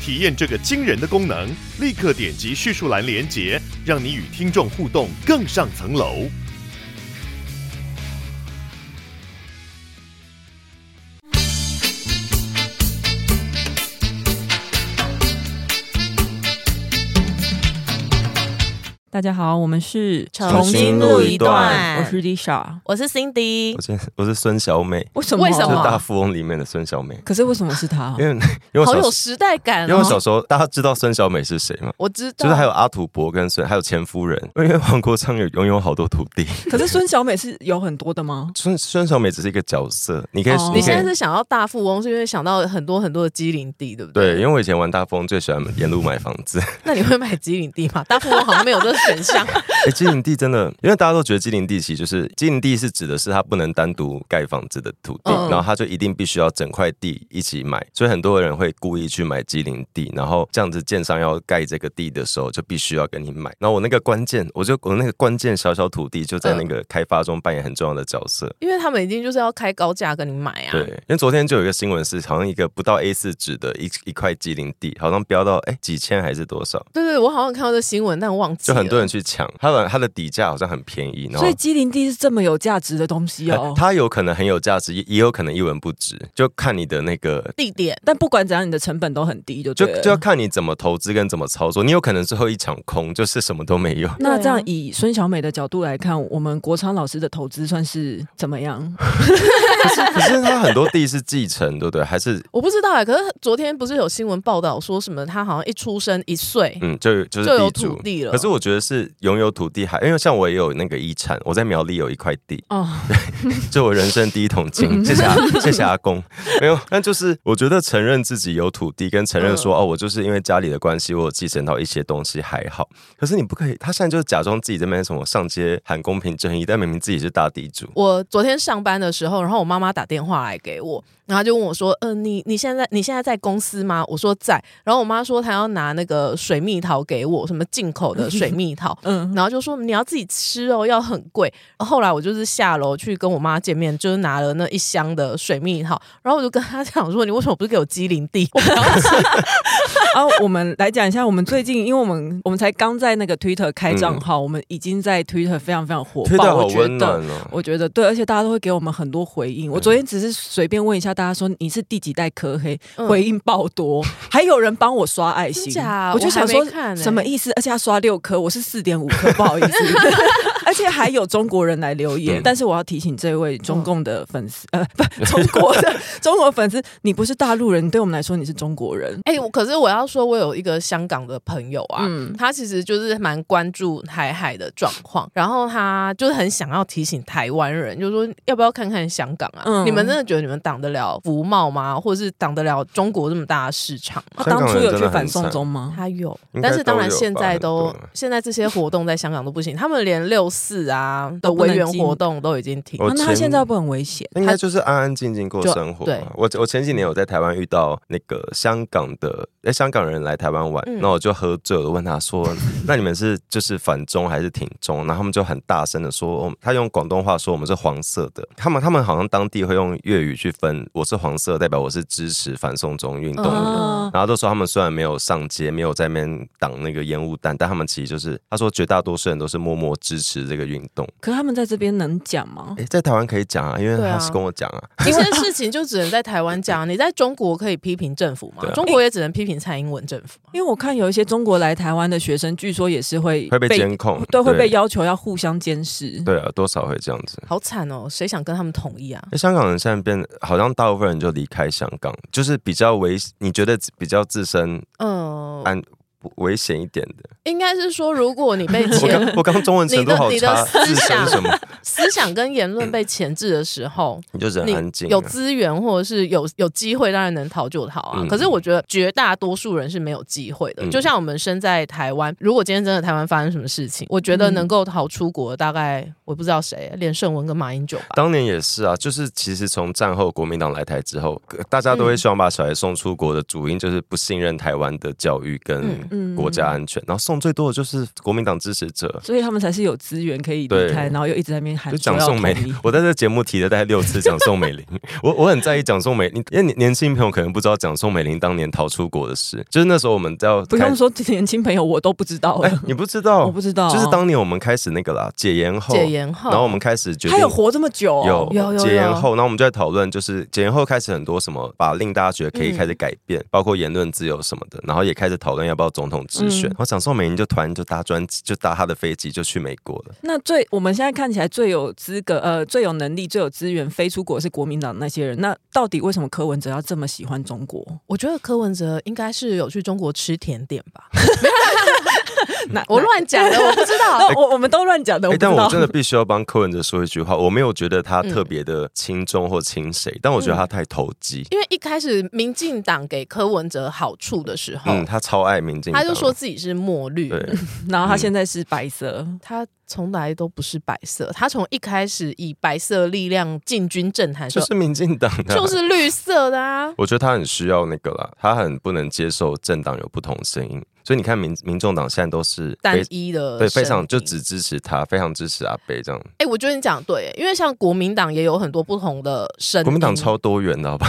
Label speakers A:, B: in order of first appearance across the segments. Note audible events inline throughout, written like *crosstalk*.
A: 体验这个惊人的功能，立刻点击叙述栏连接，让你与听众互动更上层楼。
B: 大家好，我们是
C: 重
D: 新录一段
B: 我是 Lisa。
C: 我是 Cindy，
D: 我是我是孙小美，
B: 为什么？
C: 为什
D: 就是
C: 么
D: 大富翁里面的孙小美，
B: 可是为什么是他？
D: 因为因为我
C: 哦好
D: 小
C: 有时代感
D: 因为我小
C: 哦！
D: 时候大家知道孙小美是谁吗？
C: 我知道，
D: 就是还有阿土伯跟孙，还有前夫人，因为黄国昌有拥有好多土地，
B: *laughs* 可是孙小美是有很多的吗？
D: 孙孙小美只是一个角色，你可以、
B: 哦
D: 你
C: 你
D: 可
C: 现在
D: 以
C: 是想要大富翁，是因为想到很多很多的机灵地，对不
D: 对，
C: 对，
D: 因为我以前玩大富翁最喜欢沿路买房子，
C: 那你会买机
D: *laughs*
C: 灵地吗？大富翁好像没有这个选项。
D: 哎、机灵地真的，因为大家都觉得机灵地其实就是机灵地是指的是它不能单独盖房子的土地，
C: 嗯
D: 然后它就一定必须要整块地一起买，所以很多人会故意去买机灵地，然后这样子建商要盖这个地的时候就必须要跟你买。然后我那个关键，我就我那个关键小小土地就在那个开发中扮演很重要的角色。
C: 因为他们一定就是要开高价跟你买啊。
D: 对，因为昨天就有一个新闻是，好像一个不到 A 四纸的一一块机灵地，好像飙到哎、几千还是多少，
C: 对对，我好像看到这新闻，但忘记
D: 就
C: 了。
D: 很多人去抢，它的它的底价好像很便宜，然后
B: 所以机灵地是这么有价值的东西
D: 呃
B: 哦。
D: 它有可能很有价值，也也有可能一文不值，就看你的那个，
C: 地点，
B: 但不管怎样，你的成本都很低，就
D: 就
B: 对了
D: 就要看你怎么投资跟怎么操作。你有可能最后一场空，就是什么都没
C: *laughs*
D: 有。
B: 那
C: 对啊
B: 这样以孙小美的角度来看，我们国昌老师的投资算是怎么样？
D: 可是可是它很多地是继承，对不对？还是
C: 我不知道哎、可是昨天不是有新闻报道说什么，他好像一出生一岁、
D: 嗯，就就是
C: 就有
D: 地
C: 土
D: 主。
C: 地了。
D: 可是我觉得是拥有土地还，因为像我也有那个遗产，我在苗栗有一块地，
B: *laughs* 哦，，
D: 这我人生第一桶金，谢谢阿谢谢阿公。没有，但就是我觉得承认自己有土地，跟承认说、哦，我就是因为家里的关系，我有继承到一些东西还好。可是你不可以，他现在就是假装自己这边什么上街喊公平正义，但明明自己是大地主。
C: 我昨天上班的时候，然后我妈妈打电话来给我，然后她就问我说：“嗯、你你现在你现在在公司吗？”我说在。然后我妈说她要拿那个水蜜桃给我，什么进口的水蜜桃
B: 嗯，
C: 然后就说你要自己吃哦，要很贵。后来我就是下楼去跟我妈见面，就是拿了那一箱的水蜜桃，然后我就跟她讲说：“你为什么不是给我鸡零地？”我不要吃
B: 啊，我们来讲一下，我们最近，因为我们我们才刚在那个 Twitter 开账号，我们已经在 Twitter 非常非常火
D: 嗯推
B: 爆，
D: 的啊好
B: 我觉
D: 温暖
B: 得。
D: 哦。
B: 我觉得对，而且大家都会给我们很多回应。我昨天只是随便问一下大家说你是第几代科黑，
C: 嗯
B: 回应爆
D: *laughs*
B: 多，还有人帮我刷爱心
C: 真假，
B: 我就想
C: 我
B: 说
C: 还没看欸
B: 什么意思？而且他刷六颗，我是四点五
C: *laughs*
B: 颗，不好意思。 *laughs* 而且还有中国人来留言
D: 嗯，
B: 但是我要提醒这位中共的粉丝，呃，
D: *laughs*
B: 不，中国的中国粉丝，你不是大陆人，对我们来说你是中国人。
C: 哎、我可是我要说，我有一个香港的朋友啊，
B: 嗯
C: 他其实就是蛮关注台海的状况，然后他就是很想要提醒台湾人，就说要不要看看香港啊？
B: 嗯
C: 你们真的觉得你们挡得了服贸吗？或者是挡得了中国这么大的市场吗？
B: 他
D: 香
B: 当
D: 港
B: 初
D: 人
B: 有
D: 真
B: 去
D: 的很
B: 反送
D: 惨
B: 中吗？
C: 他有，
D: 应该
C: 但是当然
D: 都有
C: 现在
D: 吧
C: 都
D: 对
C: 现在这些活动在香港都不行，他们连六四啊的
B: 都不能
C: 维园
B: 进
C: 活动都已经停。
D: 我
B: 啊那他
D: 前
B: 现在不很危险？
D: 应该就是安安静静过
C: 就
D: 生活
C: 对
D: 吧。我我前几年有在台湾遇到那个香港的，哎，香港人来台湾玩，
C: 嗯
D: 那、我就喝醉了，我问他说：“那你们是就是反中还是挺中？”然后他们就很大声的说：“哦，他用广东话说我们是黄色的。”他们他们好像当地会用粤语去分，我是黄色，代表我是支持反送中运动的人。
C: 嗯
B: 啊，然
D: 然后都说他们虽然没有上街，没有在那边挡那个烟雾弹，但他们其实就是他说绝大多数人都是默默支持这个运动。
B: 可他们在这边能讲吗？
D: 诶，在台湾可以讲啊，因为
C: 对啊
D: 他是跟我讲啊，
C: 这些事情就只能在台湾讲，你在中国可以批评政府吗
D: 对？啊
C: 中国也只能批评蔡英文政府嘛。
B: 因为我看有一些中国来台湾的学生，据说也是会
D: 会被监控，
B: 对，会被要求要互相监视。
D: 对啊，多少会这样子。
C: 好惨哦，谁想跟他们统一啊？
D: 那香港人现在变，好像大部分人就离开香港，就是比较危，你觉得比较自身
C: 嗯，
D: 安不危险一点的。
C: 应该是说，如果你被
D: *laughs* 我
C: 钱
D: 刚我刚中文程度好
C: 你的
D: 差，
C: 你的
D: 自
C: 思
D: 身
C: 想
D: 什么，
C: 思想跟言论被钳制的时候，
D: 你就
C: 你
D: 人安静啊。
C: 有资源或者是有有机会，当然能逃就逃啊。
D: 嗯
C: 可是我觉得绝大多数人是没有机会的。
D: 嗯
C: 就像我们身在台湾，如果今天真的台湾发生什么事情，我觉得
B: 嗯
C: 能够逃出国，大概我不知道谁，连胜文跟马英九吧。
D: 当年也是啊，就是其实从战后国民党来台之后，呃大家都会希望把小孩送出国的主因就是不信任台湾的教育
B: 嗯
D: 跟
B: 嗯
D: 国家安全，然后送最多的就是国民党支持者。
B: 所以他们才是有资源可以离
D: 对
B: 开，然后又一直在那边喊
D: 就
B: 说
D: 蒋
B: 要
D: 宋美
B: 啊统一
D: *laughs* 龄，我在这节目提了大概六次蒋宋美龄， *laughs* 我我很在意蒋宋美龄，因为年轻朋友可能不知道蒋宋美龄当年逃出国的事，就是那时候我们在
B: 不
D: 开
B: 用说年轻朋友，我都不知道
D: 哎、
B: 了，
D: 你不知道，
B: 我不知道，哦
D: 就是当年我们开始那个啦，解严后，
C: 解严后，
D: 然后我们开始决
B: 他
D: 定
B: 有活这么久哦，
D: 有
C: 有有
D: 解
C: 有
D: 严后，然后我们就在讨论，就是解严后开始很多什么法令，大家觉得可
B: 嗯
D: 以开始改变，包括言论自由什么的，然后也开始讨论要不要总统直选。
B: 嗯
D: 然后蒋宋美龄就突然就搭专就搭他的飞机就去美国了。
B: 那最我们现在看起来最有资格、呃最有能力、最有资源飞出国是国民党那些人。那到底为什么柯文哲要这么喜欢中国？
C: 我觉得柯文哲应该是有去中国吃甜点
D: *laughs*
C: 吧？ *laughs*
B: 那
C: 我。乱讲的，我不知
D: *laughs*
C: 道。
B: 那我我们都乱讲的，
D: 啊
B: 我
D: 哎、
B: 不知
D: 但
B: 道。
D: 我真的必须要帮柯文哲说一句话，我没有觉得他特别的轻中或轻谁，但我觉得
C: 嗯
D: 他太投机。
C: 因为一开始民进党给柯文哲好处的时候，
D: 嗯，他超爱民进党，
C: 他就说自己是墨绿，
D: 对。
B: 然后
D: 嗯
B: 他现在是白色，
C: 他从来都不是白色，他从一开始以白色力量进军政坛的时
D: 就
C: 候，
D: 是民进党的、
C: 就是绿色
D: *laughs*
C: 的啊。
D: 我觉得他很需要那个啦，他很不能接受政党有不同声音，所以你看民民众党现在都是
C: 单
D: 非
C: 一的
D: 对非常就
C: 声音
D: 只支持他，非常支持阿北这样。
C: 哎、我觉得你讲得对，因为像国民党也有很多不同的声音，
D: 国民党超多元的，好吧？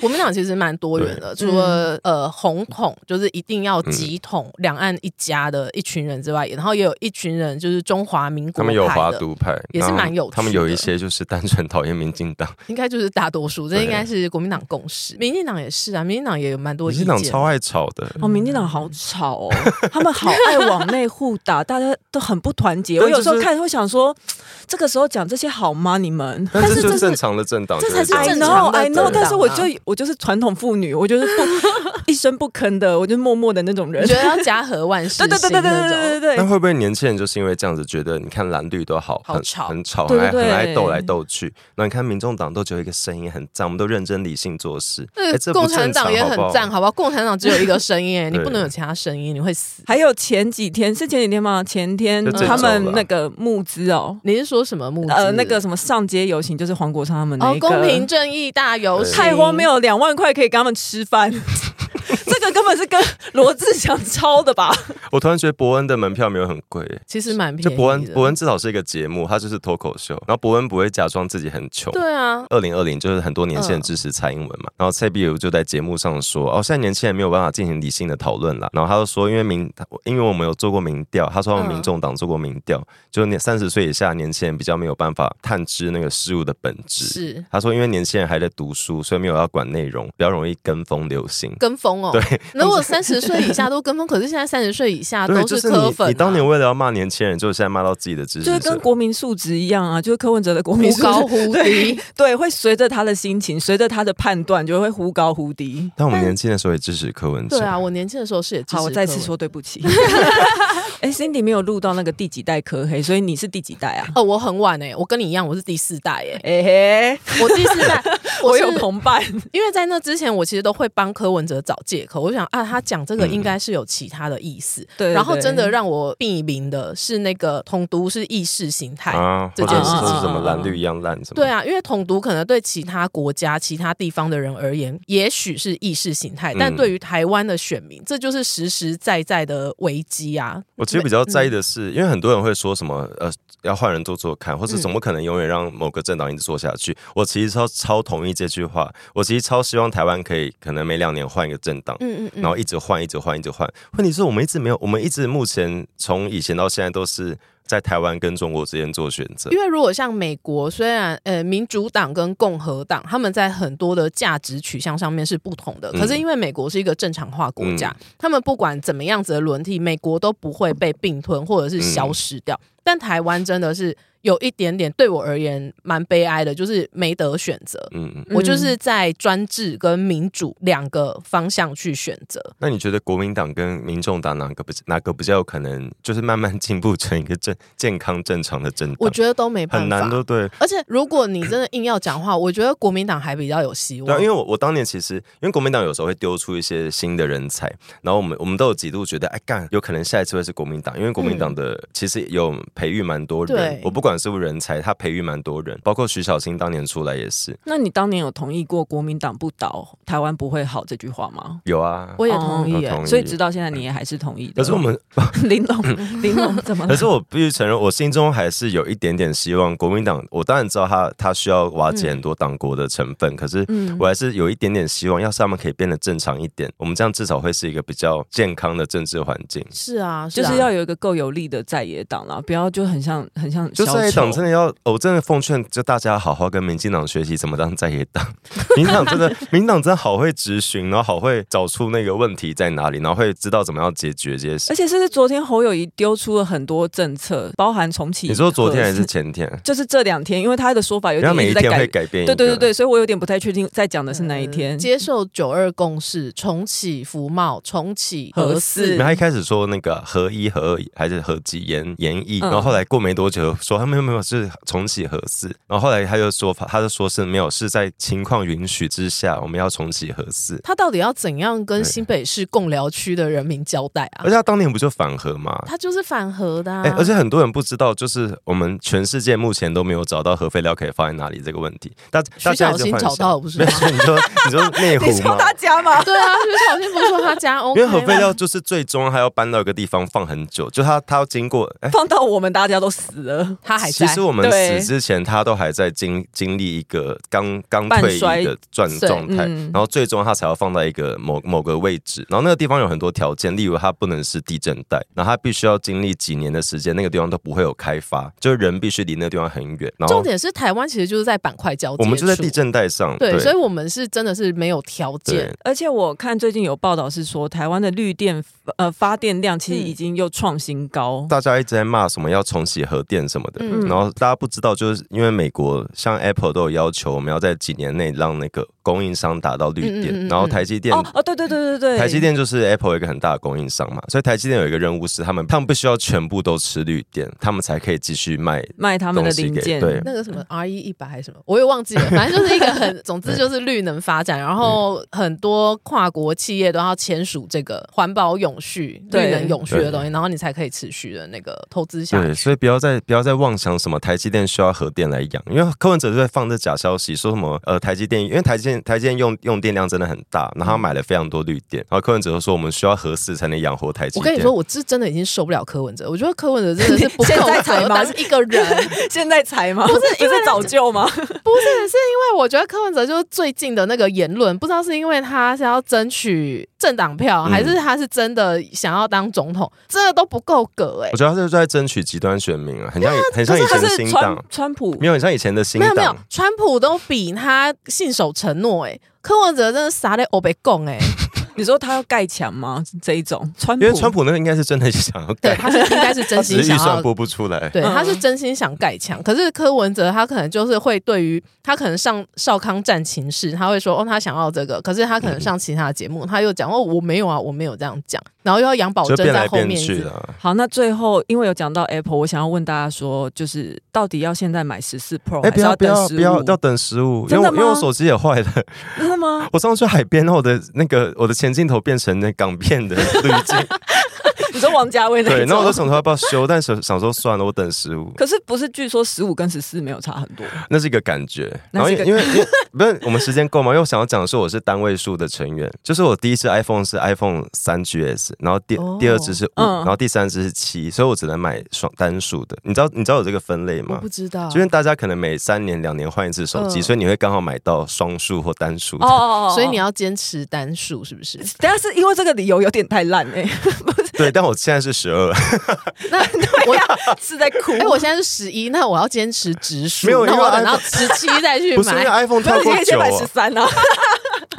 C: 国民党其实蛮多元的，
B: 对
C: 除了、呃红统，就是一定
D: 嗯
C: 要几统、两岸一家的一群人之外，然后也有一群人就是中华民国
D: 他们有
C: 派
D: 华
C: 的
D: 独派，
C: 也是
D: 然后
C: 蛮有趣的
D: 他们有一些就是单纯讨厌民进党，
C: 应该就是大多数，这
D: 对
C: 应该是国民党共识。民进党也是啊，民进党也有蛮多
D: 民
C: 意见
D: 进
C: 的。
D: 党超爱吵的。
B: 哦，民进党
D: 嗯
B: 好吵哦，他们好爱往内互打，大家都很不团结。
D: *laughs* 但
B: 我
D: 就是
B: 有时候看会想说，这个时候讲这些好吗？你们
D: 但
C: 但是
D: 这就
C: 这
D: 是
C: 是
D: 正常的政党就
C: 这
D: 会
C: 才是
D: 这样，
B: I
C: 正
B: know,
C: 常的
B: I
C: 政
B: know，
C: 党
B: 但是我
C: 啊
B: 就我就是传统妇女，我就是不一声不吭的，我就默默的那种人
C: 你觉。得要家和万
B: *laughs*
C: 事
B: 对
C: 兴
B: 对
C: 那
B: 对
C: 种。
B: 对对对对对
D: 那
B: 对，
D: 会不会年轻人就是因为这样子觉得，你看蓝绿都好
C: 好
D: 很
C: 吵
D: 很吵，
B: 对
D: 很
B: 对
D: 爱很爱
B: 对
D: 斗来斗去。那你看民众党都只有一个声音很赞，我们都认真理性做事。哎
C: 呃，共产党也很赞，。好不好？共产党只有一个声音，哎，你
D: 对
C: 不能有其他声音，你会死。
B: 还有前几天是前几天吗？前天
D: 就这
B: 他
D: 周
B: 们
D: 了啊
B: 那个募资哦，
C: 你是说什么目？
B: 呃，那个什么上街游行，就是黄国昌他们那
C: 哦
B: 一，个，
C: 公平正义大游行，
B: 太荒。谬，两万块可以跟他们吃 *laughs* 饭，这个根本是跟罗志祥抄的吧？
D: 我突然觉得伯恩的门票没有很贵，哎
C: 其实蛮便宜
D: 就
C: 的。
D: 伯恩伯恩至少是一个节目，他就是脱口秀，然后伯恩不会假装自己很穷。
C: 对啊，
D: 二零二零就是很多年轻
C: 嗯
D: 人支持蔡英文嘛，然后蔡壁如就在节目上说，哦，现在年轻人没有办法进行理性的讨论了。然后他就说，因为民，因为我们有做过民调，他说我们
C: 嗯
D: 民众党做过民调，就是年三十岁以下年轻人比较没有办法探知那个事物的本质。
C: 是
D: 他说，因为年轻人还在读书，所以没有要管内容，比较容易跟风流行。
C: 跟风哦。
D: 对，
C: 如果三十岁以下都跟风，可是现在三十岁以下
D: 对，
C: 都
D: 就是
C: 科
D: 你
C: 粉，啊。
D: 你当年为了要骂年轻人，就是现在骂到自己的支
B: 就是
D: 持
B: 跟
D: 者。
B: 国民素质一样啊，就是柯文哲的国民
C: 忽
B: 素质，
C: 高忽低
B: 对， *laughs* 对，会随着他的心情，随着他的判断，就会忽高忽低。
D: 但我们年轻的时候也支持柯文哲。
C: 对啊，我年轻的时候是也支持
B: 好，我再次
C: 柯文
B: 说对不起。 *laughs* 哎、c i n d y 没有录到那个第几代科黑，所以你是第几代啊？
C: *laughs* 哦，我很晚哎，我跟你一样，我是第四代哎，
B: 哎、嘿，
C: 我第四 *laughs* 代，
B: *laughs* 我
C: 是
B: 有同伴，
C: 因为在那之前，我其实都会帮柯文哲找借口。我想啊，他讲这个
D: 嗯
C: 应该是有其他的意思。
B: 对对
C: 然后真的
B: 对
C: 让我避名的是那个统独是意识形态。
D: 啊，
C: 这
D: 或
C: 件
D: 者
C: 事
D: 是
C: 情
D: 说是什么蓝绿一样烂什么？
C: 对啊，因为统独可能对其他国家、其他地方的人而言，也许是意识形态，但
D: 嗯
C: 对于台湾的选民，这就是实实在在的危机啊！
D: 我其实比较在意的是，因为很多人会说什么呃，要换人做做看，或是
C: 嗯
D: 怎么可能永远让某个政党一直做下去？我其实超超同意这句话，我其实超希望台湾可以可能每两年换一个政党。
C: 嗯嗯
D: 然后一直换，一直换，一直换。问题是我们一直没有，我们一直目前从以前到现在都是在台湾跟中国之间做选择。
C: 因为如果像美国，虽然呃民主党跟共和党他们在很多的价值取向上面是不同的，
D: 嗯
C: 可是因为美国是一个正常化国家，他们不管怎么
D: 嗯
C: 样子的轮替，美国都不会被并吞或者是消失掉。但台湾真的是有一点点对我而言蛮悲哀的，就是没得选择。
D: 嗯嗯。
C: 我就是在专制跟民主两个方向去选择。
D: 那你觉得国民党跟民众党哪个比哪个比较有可能，就是慢慢进步成一个正健康正常的政党？
C: 我觉得都没办
D: 很
C: 法，
D: 难，对不对？
C: 而且如果你真的硬要讲话，我觉得国民党还比较有希
D: 对啊，
C: 望。
D: 因为我我当年其实，因为国民党有时候会丢出一些新的人才，然后我们我们都有几度觉得，哎干，有可能下一次会是国民党，因为国民党的、其实有培育蛮多人
C: 对，
D: 我不管是不是人才，他培育蛮多人，包括徐小新当年出来也是
B: *laughs* 那你当年有同意过“国民党不倒，台湾不会好”这句话吗？
D: 有啊。
C: 我也同意耶、
D: 我同意
B: 所以直到现在你也还是同意的。*laughs*
D: 可是我们，
B: 玲珑，
D: *laughs*
B: 玲珑怎么
D: 可
B: 了？
D: 是我必须承认，我心中还是有一点点希望国民党。我当然知道他他需要瓦解很多党国的成分，可是
B: 嗯
D: 我还是有一点点希望，要是他们可以变得正常一点，我们这样至少会是一个比较健康的政治环境。
C: 是啊，
B: 就是
C: 啊
B: 是要有一个够有力的在野党啦，不要就很像很像
D: 就
B: 小
D: 在野党
B: 丑
D: 真的要，我真的奉劝，就大家好好跟民进党学习怎么当在野党。民进党真的，民进党真的好会执行，然后好会找出那个问题在哪里，然后会知道怎么样解决这些事
B: 而。且甚至昨天侯友谊丢出了很多政策，包含重启。
D: 你说昨天还是？前天？
B: 就是这两天，因为他的说法有
D: 然
B: 点
D: 后
B: 一
D: 每一
B: 直在
D: 天会
B: 改。
D: 改变一
B: 对
D: 个。
B: 对对对，所以我有点不太确定在讲的是哪一天。
C: 嗯接受九二共识，重启服贸，重启
B: 核
C: 核
B: 四
C: 四
D: 你们。还一开始说那个合一、合二还是合几研研议，
B: 嗯
D: 然后后来过没多久说他没有没有是重启合四，然后后来他就说他就说是没有是在情况允许之下我们要重启合四，
C: 他到底要怎样跟
D: 对
C: 新北市共寮区的人民交代
D: 而且
C: 啊？
D: 他当年不就反核嘛，
C: 他就是反核的、啊
D: 哎、而且很多人不知道，就是我们全世界目前都没有找到核废料可以放在哪里这个问题。大大
C: 徐
D: 家
C: 小
D: 一直
C: 新
D: 幻
C: 找
D: 想
C: 到了不是
D: 没
C: 吗
D: 有？所以你说你
C: *laughs*
D: 说内
B: 你
D: 湖
B: 说
D: 吗？
B: 大家
D: *laughs*
B: 吗？
C: 对啊，徐小新不是说他家 OK
D: 因为核废
C: 吗
D: 料就是最终它要搬到一个地方放很久，就它它要经过哎。
B: 放到我们大家都死了，
C: 他啊还
D: 其
C: 在
D: 实，我们
B: 对
D: 死之前，它都还在经经历一个刚刚退
B: 半
D: 役
B: 衰
D: 的状
C: 岁
D: 状态，
B: 嗯
D: 然后最终它才要放到一个某某个位置。然后那个地方有很多条件，例如它不能是地震带，然后它必须要经历几年的时间，那个地方都不会有开发，就是人必须离那个地方很远。然后
C: 重点是台湾其实就是在板块交界，
D: 我们就在地。震带上，
C: 对，
D: 对，
C: 所以我们是真的是没有条件
D: 对，
B: 而且我看最近有报道是说，台湾的绿电呃发电量其实
C: 嗯
B: 已经又创新高。
D: 大家一直在骂什么要重启核电什么的，
C: 嗯
D: 然后大家不知道，就是因为美国像 Apple 都有要求，我们要在几年内让那个供应商达到绿电，
C: 嗯嗯嗯嗯
D: 然后台积电。
B: 哦哦，对对对对对，
D: 台积电就是 Apple 一个很大的供应商嘛，所以台积电有一个任务是他们他们必须要全部都吃绿电，他们才可以继续卖。
B: 卖他们的零件，
D: 东西给对
C: 那个什么 R E 一百还是什么，我也忘记了，反正就是一个很，
B: *laughs*
C: 总之就是绿能发展，然后很多跨国企业都要签署这个环保永续、
B: 对
C: 绿能永续的东西，然后你才可以持续的那个投资下
D: 对，
C: 去。
D: 所以不要再不要再妄想什么台积电需要核电来养，因为柯文哲就在放这假消息，说什么呃台积电，因为台积电台积电用用电量真的很大，然后他买了非常多绿电，然后柯文哲就说我们需要核四才能养活台积
C: 我
D: 电。
C: 跟你说，我是真的已经受不了柯文哲，我觉得柯文哲真的是
B: *laughs*
C: 不
B: 现
C: 够
B: 在才
C: 格
B: 吗
C: 当一个人，
B: *laughs* 现在才吗？
C: 不是因为
B: 是早就吗？
C: 不是，是因为我觉得柯文哲就是最近的那个言论，不知道是因为他是要争取政党票，
D: 嗯
C: 还是他是真的想要当总统，真的都不够格哎、
D: 我觉得他是在争取极端选民啊，很像很像以
B: 他
D: 前的
B: 是
D: 新
B: 川
D: 党，
B: 川普
D: 没有很像以前的新
C: 没有没有
D: 党。，
C: 川普都比他信守承诺哎、柯文哲真的傻在欧北
D: *laughs*
C: 贡哎，
B: 你说他要盖墙吗？这一种川普，
D: 因为川普那个应该是真的 *laughs* 想要
C: 对，
D: 改，
C: 他是应该是真
D: 只是
C: 心
D: 预
C: 想
D: 算
C: 要。
D: 拨不出来。
C: 对，
B: 嗯
C: 他是真心想盖墙，可是柯文哲他可能就是会对于他可能上少康战情事，他会说哦他想要这个，可是他可能上其他的节目，他又讲哦我没有啊，我没有这样讲，然后又要杨宝
D: 就
C: 珍
D: 变
C: 在
D: 来
C: 后
D: 变
C: 面一
D: 去
C: 直
D: 了，啊
B: 好，那最后因为有讲到 Apple，我想要问大家说，就是到底要现在买十四 Pro 还
D: 哎，不
B: 是
D: 要不
B: 等
D: 要
B: 十
D: 不要
B: 五？
D: 要等十五，因
B: 真
D: 为
B: 的
D: 我
B: 吗
D: 因为我手机也坏了，
B: 真的吗？
D: 我上次去海边后的那个我的前镜头变成那港片的滤镜，
B: *laughs* 你说王家卫那
D: 对，
B: 一
D: 那我就
B: 种？
D: 想说要不要修，但想想说算了，我等十五，
B: 可是不是？据说十五跟十四没有差很多，
D: 那是一个感觉。
B: 那
D: 然后
B: 是
D: 因
B: 一个
D: 为因为因为不是我们时间够吗？因为我想要讲的是我是单位数的成员，就是我第一支 iPhone 是 iPhone 三 GS，然后第、
C: 哦
D: 第二支是五、
B: 嗯
D: 然后第三支是七，所以我只能买双单数的。你知道你知道有这个分类
C: 我
D: 吗
C: 不？知道，
D: 就因为大家可能每三年两年换一次手机，
C: 嗯
D: 所以你会刚好买到双数或单数的。
B: 哦哦哦
C: 所以你。要坚持单数是不是？
B: 等一下是因为这个理由有点太烂
D: *laughs*
B: 哎、
D: 对，但我现在是十二，
C: 那我
B: 啊是在哭。
C: 哎、我现在是十一，那我要坚持直
D: 啊
C: 数，
D: 没有
C: 那
D: 因为
C: 我等
D: iPhone-
C: 到十七再去
D: 不是因为
C: 买。
D: iPhone
B: 没有
D: 跳
B: 你可
D: 过
B: 以先
D: 九、
B: 买十
D: 啊，
B: 三啊，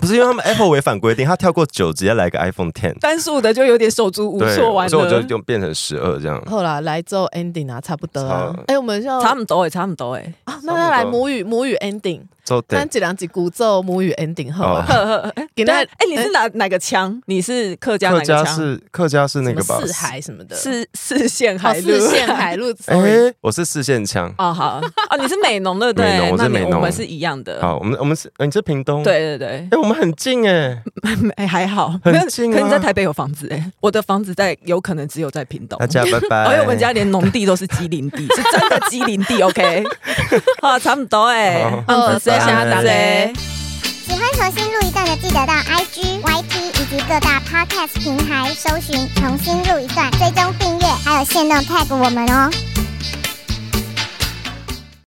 D: 不是因为他们 Apple 违反规定，他跳过九直接来个 iPhone Ten，
B: 单数的就有点手足无
D: 对，
B: 措，完
D: 所以我就
B: 了。
D: 就变成十
B: *laughs*
D: 二这样。
C: 后来来之后 ending 啊，差不多啊
D: 差。
C: 哎，我们要
B: 差唔多哎，差唔多哎，
C: 啊，那再
D: 差
C: 来
D: 不多
C: 母语母语 ending，
D: 周
C: 咱
D: 等，
C: 几两几古奏母语 ending *laughs* 好吗？
D: 哦
B: *laughs*
C: 给
B: 那
C: 那
B: 哎，你是哪哪个腔？你是客家
D: 客
B: 哪个
D: 家
B: 腔？
D: 是客家是那个
C: 什
D: 吧
C: 么？四海什么的，
B: 是哦四线
C: 好
B: 海路
C: 四线海
D: *laughs*
C: 路。
D: 哎
C: sorry，
D: 我是四线
B: *laughs*
D: 腔。
B: 哦，好哦，你是美浓的对
D: 美浓，我
B: 那
D: 是
B: 你
D: 美浓
B: 我们是一样的。
D: 好，我们我们是，呃你是屏东？，
B: 对对对，
D: 哎，我们很近哎，
B: 哎还好，
D: 很
B: 没有
D: 近啊
B: 可你在台北有房子哎，我的房子在有可能只有在屏东哦 *laughs*
D: 大。家哎拜拜。
B: 哎而且我们家连农地都是机林地，是真的机林地。OK，啊，
D: *laughs*
B: 差不多哎
D: 好，
B: 嗯
C: 哦
B: 是这样
D: 谢谢
B: 子
D: 大
C: 家
E: 喜欢重新录一段的，记得到 IG、YT 以及各大 Podcast 平台搜寻“重新录一段”，追踪订阅，还有限定 tag 我们哦。